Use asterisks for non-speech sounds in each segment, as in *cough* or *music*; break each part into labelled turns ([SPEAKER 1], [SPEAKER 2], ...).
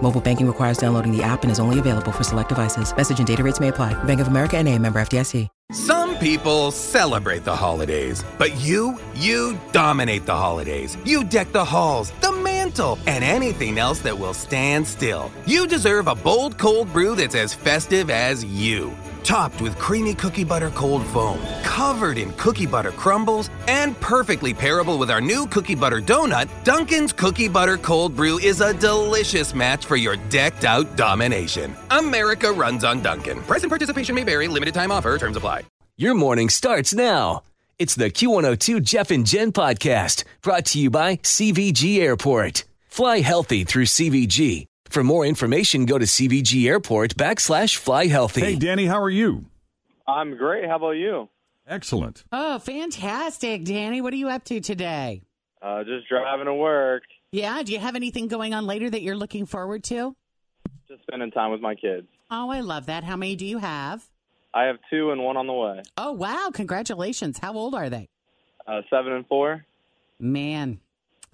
[SPEAKER 1] Mobile banking requires downloading the app and is only available for select devices. Message and data rates may apply. Bank of America and a member FDIC.
[SPEAKER 2] Some people celebrate the holidays, but you, you dominate the holidays. You deck the halls, the mantle, and anything else that will stand still. You deserve a bold cold brew that's as festive as you. Topped with creamy cookie butter cold foam, covered in cookie butter crumbles, and perfectly pairable with our new cookie butter donut, Dunkin's Cookie Butter Cold Brew is a delicious match for your decked out domination. America runs on Dunkin'. Present participation may vary, limited time offer, terms apply.
[SPEAKER 3] Your morning starts now. It's the Q102 Jeff and Jen podcast brought to you by CVG Airport. Fly healthy through CVG. For more information, go to CVG Airport backslash fly healthy.
[SPEAKER 4] Hey, Danny, how are you?
[SPEAKER 5] I'm great. How about you?
[SPEAKER 4] Excellent.
[SPEAKER 6] Oh, fantastic, Danny. What are you up to today?
[SPEAKER 5] Uh, just driving to work,
[SPEAKER 6] Yeah, do you have anything going on later that you're looking forward to?
[SPEAKER 5] just spending time with my kids.
[SPEAKER 6] Oh, I love that. How many do you have?
[SPEAKER 5] I have two and one on the way.
[SPEAKER 6] Oh, wow. Congratulations. How old are they?
[SPEAKER 5] Uh, seven and four.
[SPEAKER 6] Man,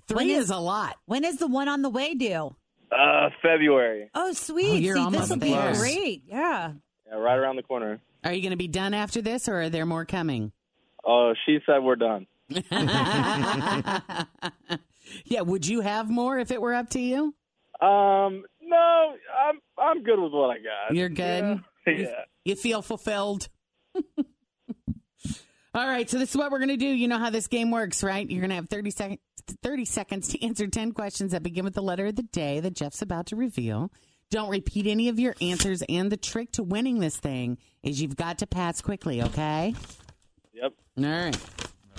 [SPEAKER 6] three
[SPEAKER 7] When is-
[SPEAKER 6] is a lot.
[SPEAKER 7] When is the one on the way due?
[SPEAKER 5] Uh, February.
[SPEAKER 7] Oh, sweet.
[SPEAKER 6] Oh, you're
[SPEAKER 7] See,
[SPEAKER 6] almost
[SPEAKER 7] this will be
[SPEAKER 6] there.
[SPEAKER 7] great. Yeah.
[SPEAKER 5] Yeah, right around the corner.
[SPEAKER 6] Are you going to be done after this or are there more coming?
[SPEAKER 5] Oh, she said we're done.
[SPEAKER 6] yeah, would you have more if it were up to you?
[SPEAKER 5] Um, no, I'm I'm good with what I got.
[SPEAKER 6] You're good?
[SPEAKER 5] *laughs* Yeah.
[SPEAKER 6] You- You feel fulfilled? *laughs* All right, so this is what we're going to do. You know how this game works, right? You're going to have 30 seconds 30 seconds to answer 10 questions that begin with the letter of the day that Jeff's about to reveal. Don't repeat any of your answers and the trick to winning this thing is you've got to pass quickly, okay?
[SPEAKER 5] Yep.
[SPEAKER 6] All right.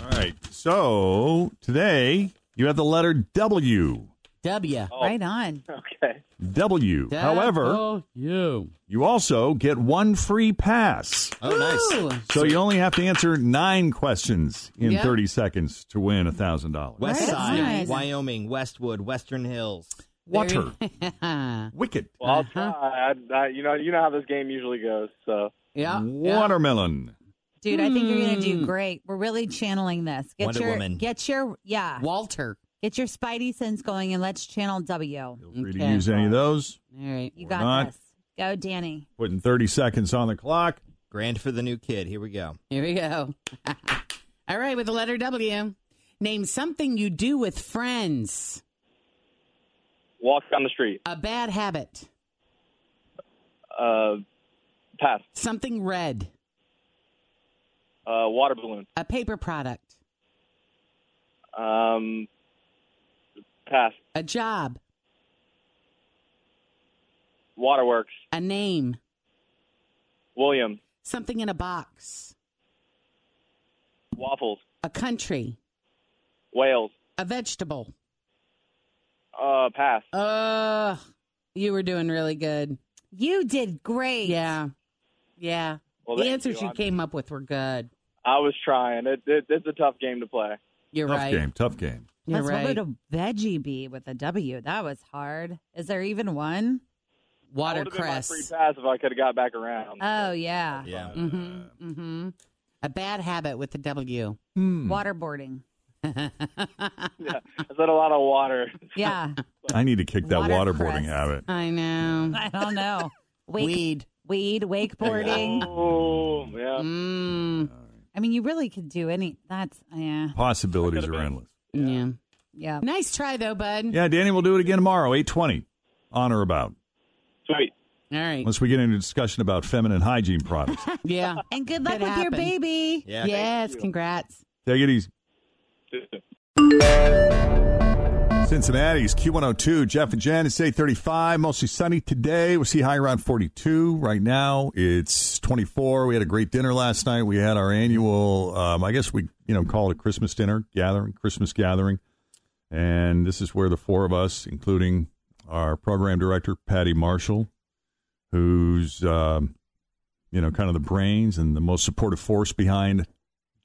[SPEAKER 4] All right. So today you have the letter W.
[SPEAKER 6] W.
[SPEAKER 7] Right on.
[SPEAKER 5] Okay.
[SPEAKER 4] W. However,
[SPEAKER 6] you.
[SPEAKER 4] you also get one free pass.
[SPEAKER 6] Oh, nice.
[SPEAKER 4] So you only have to answer nine questions in
[SPEAKER 6] Yeah.
[SPEAKER 4] 30 seconds to win $1,000.
[SPEAKER 8] West
[SPEAKER 7] That's
[SPEAKER 8] Side,
[SPEAKER 7] nice.
[SPEAKER 8] Wyoming, Westwood, Western Hills.
[SPEAKER 4] Water.
[SPEAKER 6] *laughs* yeah.
[SPEAKER 4] Wicked.
[SPEAKER 5] Well,
[SPEAKER 6] Uh-huh.
[SPEAKER 5] I'll try. I, I, you know, you know how this game usually goes. So
[SPEAKER 6] yeah.
[SPEAKER 4] Watermelon.
[SPEAKER 7] Dude, I think you're going to
[SPEAKER 6] Hmm.
[SPEAKER 7] do great. We're really channeling this. Get
[SPEAKER 8] Wonder
[SPEAKER 7] your
[SPEAKER 8] Woman.
[SPEAKER 7] get your yeah.
[SPEAKER 6] Walter.
[SPEAKER 7] Get your spidey sense going and let's channel W.
[SPEAKER 4] Feel free to
[SPEAKER 6] Okay.
[SPEAKER 4] use any of those.
[SPEAKER 6] All right.
[SPEAKER 7] You
[SPEAKER 4] We're
[SPEAKER 7] got
[SPEAKER 4] not.
[SPEAKER 7] this. Go, Danny.
[SPEAKER 4] Putting 30 seconds on the clock.
[SPEAKER 8] Grand for the new kid. Here we go.
[SPEAKER 6] Here we go. *laughs* All right, with the letter W. Name something you do with friends.
[SPEAKER 5] walk down the street.
[SPEAKER 6] A bad habit.
[SPEAKER 5] Uh, pass.
[SPEAKER 6] Something red.
[SPEAKER 5] Uh, water balloon.
[SPEAKER 6] A paper product.
[SPEAKER 5] Um, pass.
[SPEAKER 6] A job.
[SPEAKER 5] Waterworks.
[SPEAKER 6] A name.
[SPEAKER 5] William.
[SPEAKER 6] Something in a box.
[SPEAKER 5] Waffles.
[SPEAKER 6] A country.
[SPEAKER 5] Wales.
[SPEAKER 6] A vegetable.
[SPEAKER 5] Uh, pass.
[SPEAKER 6] Ugh. You were doing really good.
[SPEAKER 7] You did great.
[SPEAKER 6] Yeah. Yeah.
[SPEAKER 5] Well,
[SPEAKER 6] the
[SPEAKER 5] thank
[SPEAKER 6] answers you
[SPEAKER 5] I'm-
[SPEAKER 6] came up with were good.
[SPEAKER 5] I was trying. It, it, it's a tough game to play.
[SPEAKER 6] You're
[SPEAKER 4] Tough
[SPEAKER 6] right.
[SPEAKER 4] game. Tough game.
[SPEAKER 6] You're
[SPEAKER 7] Plus,
[SPEAKER 6] right.
[SPEAKER 7] What would a veggie be with a W? That was hard. Is there even one?
[SPEAKER 5] That would've been my free
[SPEAKER 6] Watercress.
[SPEAKER 5] pass if I could have got back around.
[SPEAKER 7] Oh yeah.
[SPEAKER 8] Yeah.
[SPEAKER 6] Mm-hmm. Mm-hmm. A bad habit with the W.
[SPEAKER 4] Hmm.
[SPEAKER 7] Waterboarding.
[SPEAKER 5] yeah, I said a lot of water. *laughs*
[SPEAKER 7] Yeah.
[SPEAKER 4] I need to kick that waterboarding
[SPEAKER 7] Watercress.
[SPEAKER 4] habit.
[SPEAKER 6] I know.
[SPEAKER 7] I don't know. Wake,
[SPEAKER 6] Weed.
[SPEAKER 7] weed, wakeboarding.
[SPEAKER 5] Oh, yeah.
[SPEAKER 6] Mm,
[SPEAKER 7] I mean, you really could do any. That's yeah,
[SPEAKER 4] Possibilities are endless.
[SPEAKER 6] yeah.
[SPEAKER 7] yeah.
[SPEAKER 6] Nice try, though, bud.
[SPEAKER 4] Yeah, Danny, we'll do it again tomorrow, 820. On or about.
[SPEAKER 5] Sweet.
[SPEAKER 6] All right.
[SPEAKER 4] Unless we get into discussion about feminine hygiene products.
[SPEAKER 6] Yeah.
[SPEAKER 7] And good luck
[SPEAKER 6] Could
[SPEAKER 7] with your
[SPEAKER 6] happen.
[SPEAKER 7] baby.
[SPEAKER 8] Yeah.
[SPEAKER 6] yes. Congrats.
[SPEAKER 4] Take it easy. Cincinnati's Q102. Jeff and Jen, it's 835, mostly sunny today. We'll see high around 42. Right now, it's 24. We had a great dinner last night. We had our annual, um, I guess we, you know, call it a Christmas dinner gathering, Christmas gathering. And this is where the four of us, including our program director, Patty Marshall, who's, um, you know, kind of the brains and the most supportive force behind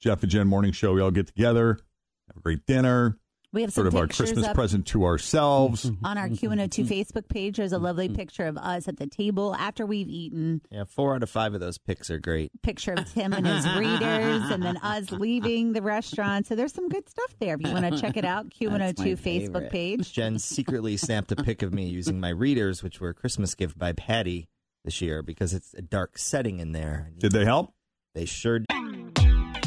[SPEAKER 4] Jeff and Jen Morning Show. We all get together, have a great dinner,
[SPEAKER 7] We have some
[SPEAKER 4] sort of our
[SPEAKER 7] pictures
[SPEAKER 4] Christmas
[SPEAKER 7] up
[SPEAKER 4] present to ourselves.
[SPEAKER 6] Mm-hmm.
[SPEAKER 7] on our
[SPEAKER 9] *laughs*
[SPEAKER 7] Q102 Facebook page. There's a lovely
[SPEAKER 9] Mm-hmm.
[SPEAKER 7] picture of us at the table after we've eaten.
[SPEAKER 6] Yeah, four out of five of those picks are great.
[SPEAKER 7] Picture of Tim
[SPEAKER 9] *laughs*
[SPEAKER 7] and his readers, and then us leaving the restaurant. So there's some good stuff there. If you want to check
[SPEAKER 9] *laughs*
[SPEAKER 7] it out,
[SPEAKER 9] That's my favorite.
[SPEAKER 7] Q102 Facebook page.
[SPEAKER 6] *laughs* Jen secretly snapped a pic of me using my readers, which were a Christmas gift by Patty this year because it's a dark setting in there.
[SPEAKER 4] Did they help?
[SPEAKER 6] They sure did.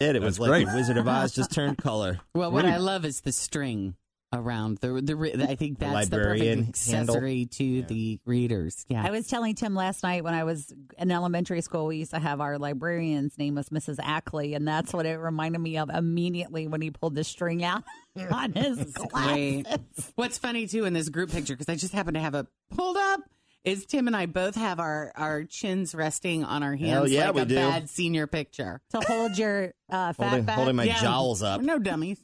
[SPEAKER 6] It was like
[SPEAKER 4] great.
[SPEAKER 6] the Wizard of Oz just turned color.
[SPEAKER 9] Well, what I love is the string around the the. re- I think
[SPEAKER 6] The
[SPEAKER 9] that's the,
[SPEAKER 6] librarian
[SPEAKER 9] perfect
[SPEAKER 6] handle.
[SPEAKER 9] accessory to the readers. Yeah,
[SPEAKER 7] I was telling Tim last night when I was in elementary school, we used to have our librarian's name was Mrs. Ackley, and that's what it reminded me of immediately when he pulled the string out *laughs* on his
[SPEAKER 9] Great.
[SPEAKER 7] glasses.
[SPEAKER 9] What's funny too in this group picture because I just happen to have it pulled up is Tim and I both have our our chins resting on our hands.
[SPEAKER 6] Hell yeah,
[SPEAKER 9] like
[SPEAKER 6] we
[SPEAKER 9] a
[SPEAKER 6] do.
[SPEAKER 9] bad senior picture.
[SPEAKER 7] To hold your uh, fat
[SPEAKER 6] Holding,
[SPEAKER 7] back.
[SPEAKER 6] holding my
[SPEAKER 9] Yeah.
[SPEAKER 6] jowls up.
[SPEAKER 9] We're no dummies.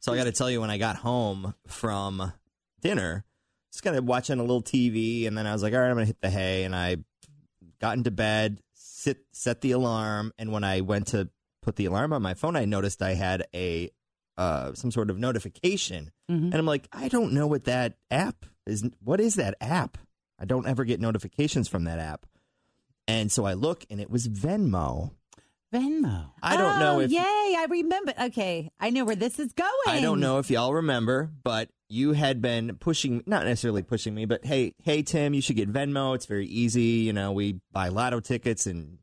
[SPEAKER 6] So I got to tell you, when I got home from dinner, just kind of watching a little TV, and then I was like, all right, I'm gonna hit the hay, and I got into bed, sit, set the alarm, and when I went to put the alarm on my phone, I noticed I had a uh, some sort of notification, and I'm like, I don't know what that app is. What is that app? I don't ever get notifications from that app, and so I look, and it was Venmo.
[SPEAKER 9] Venmo.
[SPEAKER 6] I don't know
[SPEAKER 7] Oh,
[SPEAKER 6] if
[SPEAKER 7] Yay, I remember. Okay, I know where this is going.
[SPEAKER 6] I don't know if y'all remember, but you had been pushing, not necessarily pushing me, but hey, hey, Tim, you should get Venmo. It's very easy. You know, we buy lotto tickets and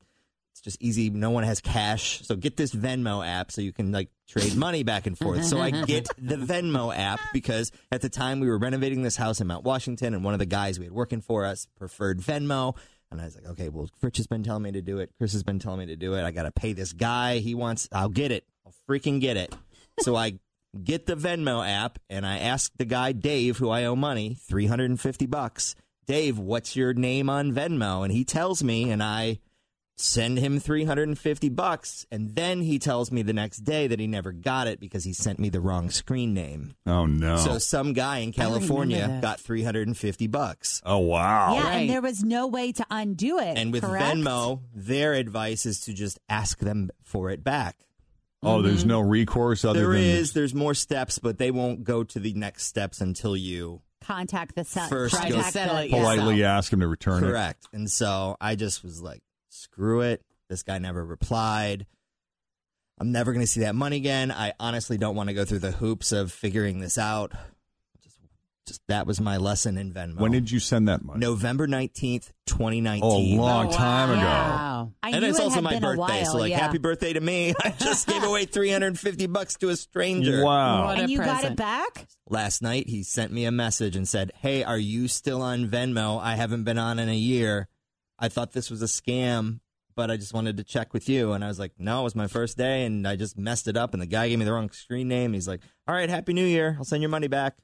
[SPEAKER 6] it's just easy. No one has cash. So get this Venmo app so you can like trade money back and forth. So I get the Venmo app because at the time we were renovating this house in Mount Washington and one of the guys we had working for us preferred Venmo. And I was like, okay, well, Rich has been telling me to do it. Chris has been telling me to do it. I got to pay this guy. He wants, I'll get it. I'll freaking get it. So I get the Venmo app and I ask the guy Dave who I owe money, 350 bucks. Dave, what's your name on Venmo? And he tells me and I send him 350 bucks and then he tells me the next day that he never got it because he sent me the wrong screen name.
[SPEAKER 4] Oh, no.
[SPEAKER 6] So some guy in
[SPEAKER 9] remember
[SPEAKER 6] California
[SPEAKER 9] that.
[SPEAKER 6] got 350 bucks.
[SPEAKER 4] oh, wow.
[SPEAKER 7] Yeah,
[SPEAKER 9] Right.
[SPEAKER 7] and there was no way to undo it.
[SPEAKER 6] And with
[SPEAKER 7] Eh, correct?
[SPEAKER 6] Venmo, their advice is to just ask them for it back.
[SPEAKER 4] Oh, there's no recourse other
[SPEAKER 6] Mm-hmm. There
[SPEAKER 4] than
[SPEAKER 6] is, there's more steps, but they won't go to the next steps until you
[SPEAKER 7] contact the set.
[SPEAKER 6] First
[SPEAKER 9] Try
[SPEAKER 6] go
[SPEAKER 9] to settle it.
[SPEAKER 4] politely
[SPEAKER 9] yourself.
[SPEAKER 4] ask him to return it.
[SPEAKER 6] Correct. And so I just was like, screw it. This guy never replied. I'm never going to see that money again. I honestly don't want to go through the hoops of figuring this out. Just, just that was my lesson in Venmo.
[SPEAKER 4] When did you send that money?
[SPEAKER 6] November 19th, 2019.
[SPEAKER 4] Oh, a long
[SPEAKER 9] Oh,
[SPEAKER 4] time ago.
[SPEAKER 9] wow.
[SPEAKER 7] I
[SPEAKER 6] and
[SPEAKER 7] knew
[SPEAKER 6] it's
[SPEAKER 7] it
[SPEAKER 6] also
[SPEAKER 7] had
[SPEAKER 6] my
[SPEAKER 7] been
[SPEAKER 6] birthday.
[SPEAKER 7] A while,
[SPEAKER 6] so, like,
[SPEAKER 7] yeah.
[SPEAKER 6] happy birthday to me. *laughs* I just gave
[SPEAKER 7] *laughs*
[SPEAKER 6] away 350 bucks to a stranger.
[SPEAKER 4] Wow.
[SPEAKER 9] What a
[SPEAKER 7] And you got
[SPEAKER 9] present.
[SPEAKER 7] it back?
[SPEAKER 6] Last night, he sent me a message and said, Hey, are you still on Venmo? I haven't been on in a year. I thought this was a scam, but I just wanted to check with you. And I was like, No, it was my first day and I just messed it up. And the guy gave me the wrong screen name. He's like, All right, Happy New Year. I'll send your money back.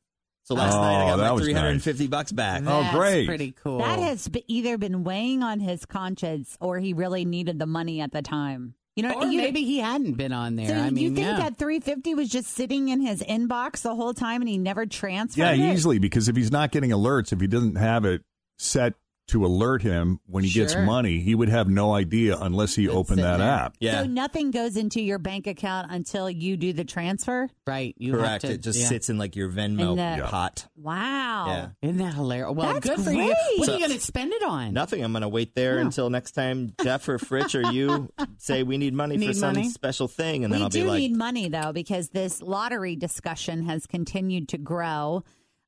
[SPEAKER 6] So last
[SPEAKER 4] Oh,
[SPEAKER 6] night, I
[SPEAKER 4] that
[SPEAKER 6] got my
[SPEAKER 4] was
[SPEAKER 6] 350 bucks back.
[SPEAKER 4] Oh,
[SPEAKER 9] That's
[SPEAKER 4] great.
[SPEAKER 9] Pretty cool.
[SPEAKER 7] That has be- either been weighing on his conscience or he really needed the money at the time. You know,
[SPEAKER 9] Or
[SPEAKER 7] you,
[SPEAKER 9] maybe he hadn't been on there.
[SPEAKER 7] So
[SPEAKER 9] I mean,
[SPEAKER 7] you think
[SPEAKER 9] yeah.
[SPEAKER 7] that 350 was just sitting in his inbox the whole time and he never transferred
[SPEAKER 4] Yeah,
[SPEAKER 7] it?
[SPEAKER 4] easily because if he's not getting alerts, if he doesn't have it set to alert him when he gets
[SPEAKER 7] Sure.
[SPEAKER 4] money. He would have no idea unless he opened that app.
[SPEAKER 7] So nothing goes into your bank account until you do the transfer.
[SPEAKER 9] Right. You have
[SPEAKER 6] Correct.
[SPEAKER 9] to-
[SPEAKER 6] it just
[SPEAKER 9] yeah.
[SPEAKER 6] sits in like your Venmo
[SPEAKER 7] In the-
[SPEAKER 6] pot.
[SPEAKER 7] Wow.
[SPEAKER 6] Yeah.
[SPEAKER 9] Isn't that hilarious? Well,
[SPEAKER 7] That's
[SPEAKER 9] good for you.
[SPEAKER 7] great.
[SPEAKER 9] What
[SPEAKER 6] So-
[SPEAKER 9] are you going to spend it on?
[SPEAKER 6] Nothing. I'm going to wait there until next time Jeff or Fritch
[SPEAKER 9] *laughs*
[SPEAKER 6] or you say we need money for
[SPEAKER 9] Need
[SPEAKER 6] some
[SPEAKER 9] money.
[SPEAKER 6] special thing, and then
[SPEAKER 7] we
[SPEAKER 6] I'll
[SPEAKER 7] do
[SPEAKER 6] be like,
[SPEAKER 7] need money though because this lottery discussion has continued to grow.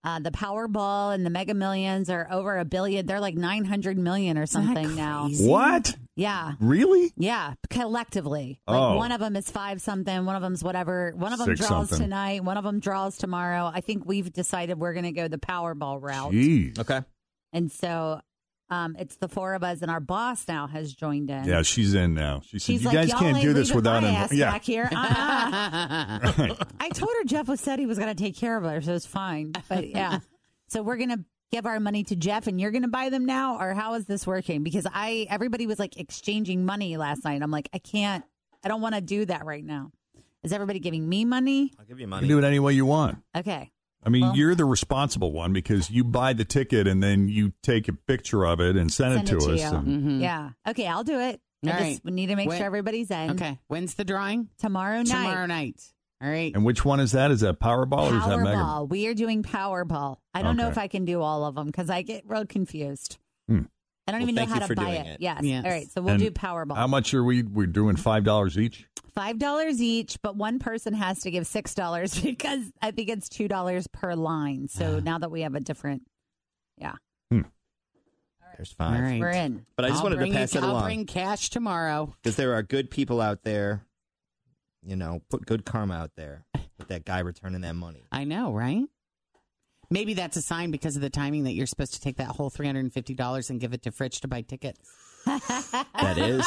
[SPEAKER 7] Uh, the Powerball and the Mega Millions are over a billion. They're like nine hundred million or something now.
[SPEAKER 4] What?
[SPEAKER 7] Yeah.
[SPEAKER 4] Really?
[SPEAKER 7] Yeah, collectively. Like
[SPEAKER 4] Oh.
[SPEAKER 7] one of them is five something, one of them's whatever, one of them
[SPEAKER 4] Six
[SPEAKER 7] draws
[SPEAKER 4] something.
[SPEAKER 7] tonight, one of them draws tomorrow. I think we've decided we're going to go the Powerball route.
[SPEAKER 4] Jeez.
[SPEAKER 6] Okay.
[SPEAKER 7] And so um, it's the four of us, and our boss now has joined in.
[SPEAKER 4] Yeah, she's in now. She said,
[SPEAKER 7] She's
[SPEAKER 4] "You
[SPEAKER 7] like,
[SPEAKER 4] guys
[SPEAKER 7] "Y'all
[SPEAKER 4] can't
[SPEAKER 7] ain't
[SPEAKER 4] do this
[SPEAKER 7] leaving
[SPEAKER 4] without
[SPEAKER 7] my
[SPEAKER 4] him."
[SPEAKER 7] ass
[SPEAKER 4] Yeah, *laughs*
[SPEAKER 7] back here. *laughs* Uh-uh. I told her Jeff was said he was going to take care of her, so it's fine. But
[SPEAKER 4] *laughs*
[SPEAKER 7] yeah, so we're going to give our money to Jeff, and you're going to buy them now, or how is this working? Because I everybody was like exchanging money last night. I'm like, I can't, I don't want to do that right now. Is everybody giving me money?
[SPEAKER 6] I'll give you
[SPEAKER 4] you
[SPEAKER 6] money.
[SPEAKER 4] can do it any way you want.
[SPEAKER 7] Okay,
[SPEAKER 4] I mean, you're the responsible one because you buy the ticket and then you take a picture of it and send,
[SPEAKER 7] send
[SPEAKER 4] it to us.
[SPEAKER 7] you.
[SPEAKER 4] and-
[SPEAKER 9] Mm-hmm.
[SPEAKER 7] Yeah, okay, I'll do it. I
[SPEAKER 9] Hmm. All
[SPEAKER 7] just
[SPEAKER 9] right.
[SPEAKER 7] need to make
[SPEAKER 9] Wait.
[SPEAKER 7] sure everybody's in
[SPEAKER 9] Okay. When's the drawing?
[SPEAKER 7] tomorrow night.
[SPEAKER 9] Tomorrow night. All right.
[SPEAKER 4] And which one is that? Is that Powerball or is that Mega?
[SPEAKER 7] Powerball. We are doing Powerball. I don't know
[SPEAKER 4] Okay.
[SPEAKER 7] if I can do all of them because I get real confused.
[SPEAKER 4] Hmm.
[SPEAKER 7] I don't
[SPEAKER 6] Well,
[SPEAKER 7] even know
[SPEAKER 6] thank you
[SPEAKER 7] how to
[SPEAKER 6] for
[SPEAKER 7] buy
[SPEAKER 6] doing
[SPEAKER 7] it.
[SPEAKER 6] it.
[SPEAKER 7] Yes.
[SPEAKER 9] Yes.
[SPEAKER 7] All right. So we'll
[SPEAKER 4] And
[SPEAKER 7] do Powerball.
[SPEAKER 4] How much are we? We're doing five dollars each.
[SPEAKER 7] Five dollars each, but one person has to give six dollars *laughs* because I think it's two dollars per line.
[SPEAKER 6] Ah.
[SPEAKER 7] So now that we have a different, yeah,
[SPEAKER 6] There's
[SPEAKER 9] All
[SPEAKER 6] five.
[SPEAKER 9] right.
[SPEAKER 7] we're in.
[SPEAKER 6] But I just
[SPEAKER 9] I'll
[SPEAKER 6] wanted to
[SPEAKER 9] bring you-
[SPEAKER 6] pass it
[SPEAKER 9] I'll
[SPEAKER 6] along.
[SPEAKER 9] bring cash tomorrow.
[SPEAKER 6] because there are good people out there. You know, put good karma out there with that guy returning that money.
[SPEAKER 9] I know, right? Maybe that's a sign because of the timing that you're supposed to take that whole $350 and give it to Fritch to buy
[SPEAKER 7] *laughs*
[SPEAKER 9] tickets. *laughs*
[SPEAKER 6] That is,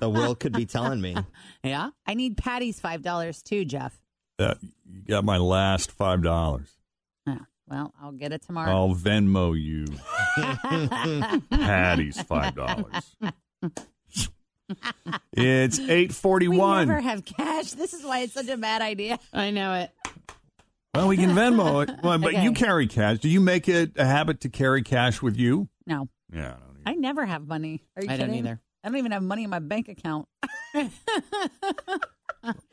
[SPEAKER 6] the world could be telling me.
[SPEAKER 9] Yeah?
[SPEAKER 7] I need Patty's five dollars too, Jeff.
[SPEAKER 4] Uh, you got my last five dollars.
[SPEAKER 7] Yeah. Well, I'll get it tomorrow.
[SPEAKER 4] I'll Venmo you, Oh.
[SPEAKER 7] *laughs*
[SPEAKER 4] Patty's five dollars. It's eight
[SPEAKER 7] we
[SPEAKER 4] forty-one.
[SPEAKER 7] never have cash. This is why it's such a bad idea.
[SPEAKER 9] *laughs* I know it.
[SPEAKER 4] well, we can Venmo it,
[SPEAKER 9] *laughs*
[SPEAKER 4] well, but you
[SPEAKER 7] Okay.
[SPEAKER 4] carry cash. Do you make it a habit to carry cash with you?
[SPEAKER 7] No,
[SPEAKER 4] Yeah, I don't
[SPEAKER 7] I never have money. Are you
[SPEAKER 9] I don't
[SPEAKER 7] kidding?
[SPEAKER 9] either.
[SPEAKER 7] I don't even have money in my
[SPEAKER 9] *laughs*
[SPEAKER 7] bank account.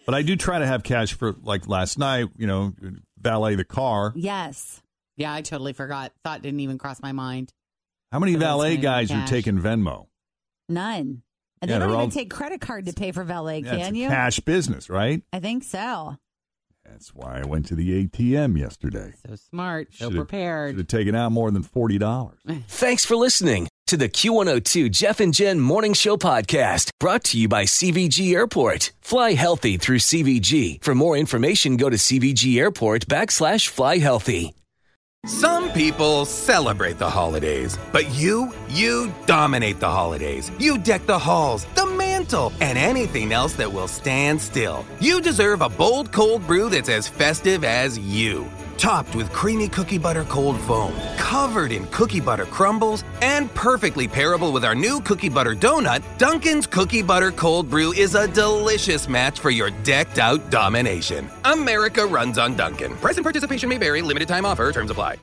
[SPEAKER 4] But I do try to have cash for like last night, you know, valet the car.
[SPEAKER 7] Yes.
[SPEAKER 9] Yeah, I totally forgot. Thought didn't even cross my mind.
[SPEAKER 4] How many
[SPEAKER 9] But that's
[SPEAKER 4] valet
[SPEAKER 9] not
[SPEAKER 4] guys are
[SPEAKER 9] cash.
[SPEAKER 4] taking Venmo?
[SPEAKER 7] None. And
[SPEAKER 4] Yeah, they're
[SPEAKER 7] they don't even
[SPEAKER 4] all-
[SPEAKER 7] take credit card to pay for valet,
[SPEAKER 4] Yeah, it's
[SPEAKER 7] can
[SPEAKER 4] a
[SPEAKER 7] you?
[SPEAKER 4] Cash business, right?
[SPEAKER 7] I think so.
[SPEAKER 4] That's why I went to the ATM yesterday.
[SPEAKER 9] So smart, so
[SPEAKER 4] Should've- Should
[SPEAKER 9] prepared.
[SPEAKER 4] have taken out more than forty dollars.
[SPEAKER 3] Thanks for listening to the Q102 Jeff and Jen Morning Show Podcast, brought to you by CVG Airport. Fly healthy through CVG. For more information, go to CVG Airport backslash fly healthy.
[SPEAKER 2] Some people celebrate the holidays, but you, you dominate the holidays. You deck the halls, the mantle, and anything else that will stand still. You deserve a bold cold brew that's as festive as you. Topped with creamy cookie butter cold foam, covered in cookie butter crumbles, and perfectly pairable with our new cookie butter donut, Dunkin's Cookie Butter Cold Brew is a delicious match for your decked out domination. America runs on Dunkin'. Price and participation may vary, limited time offer, terms apply.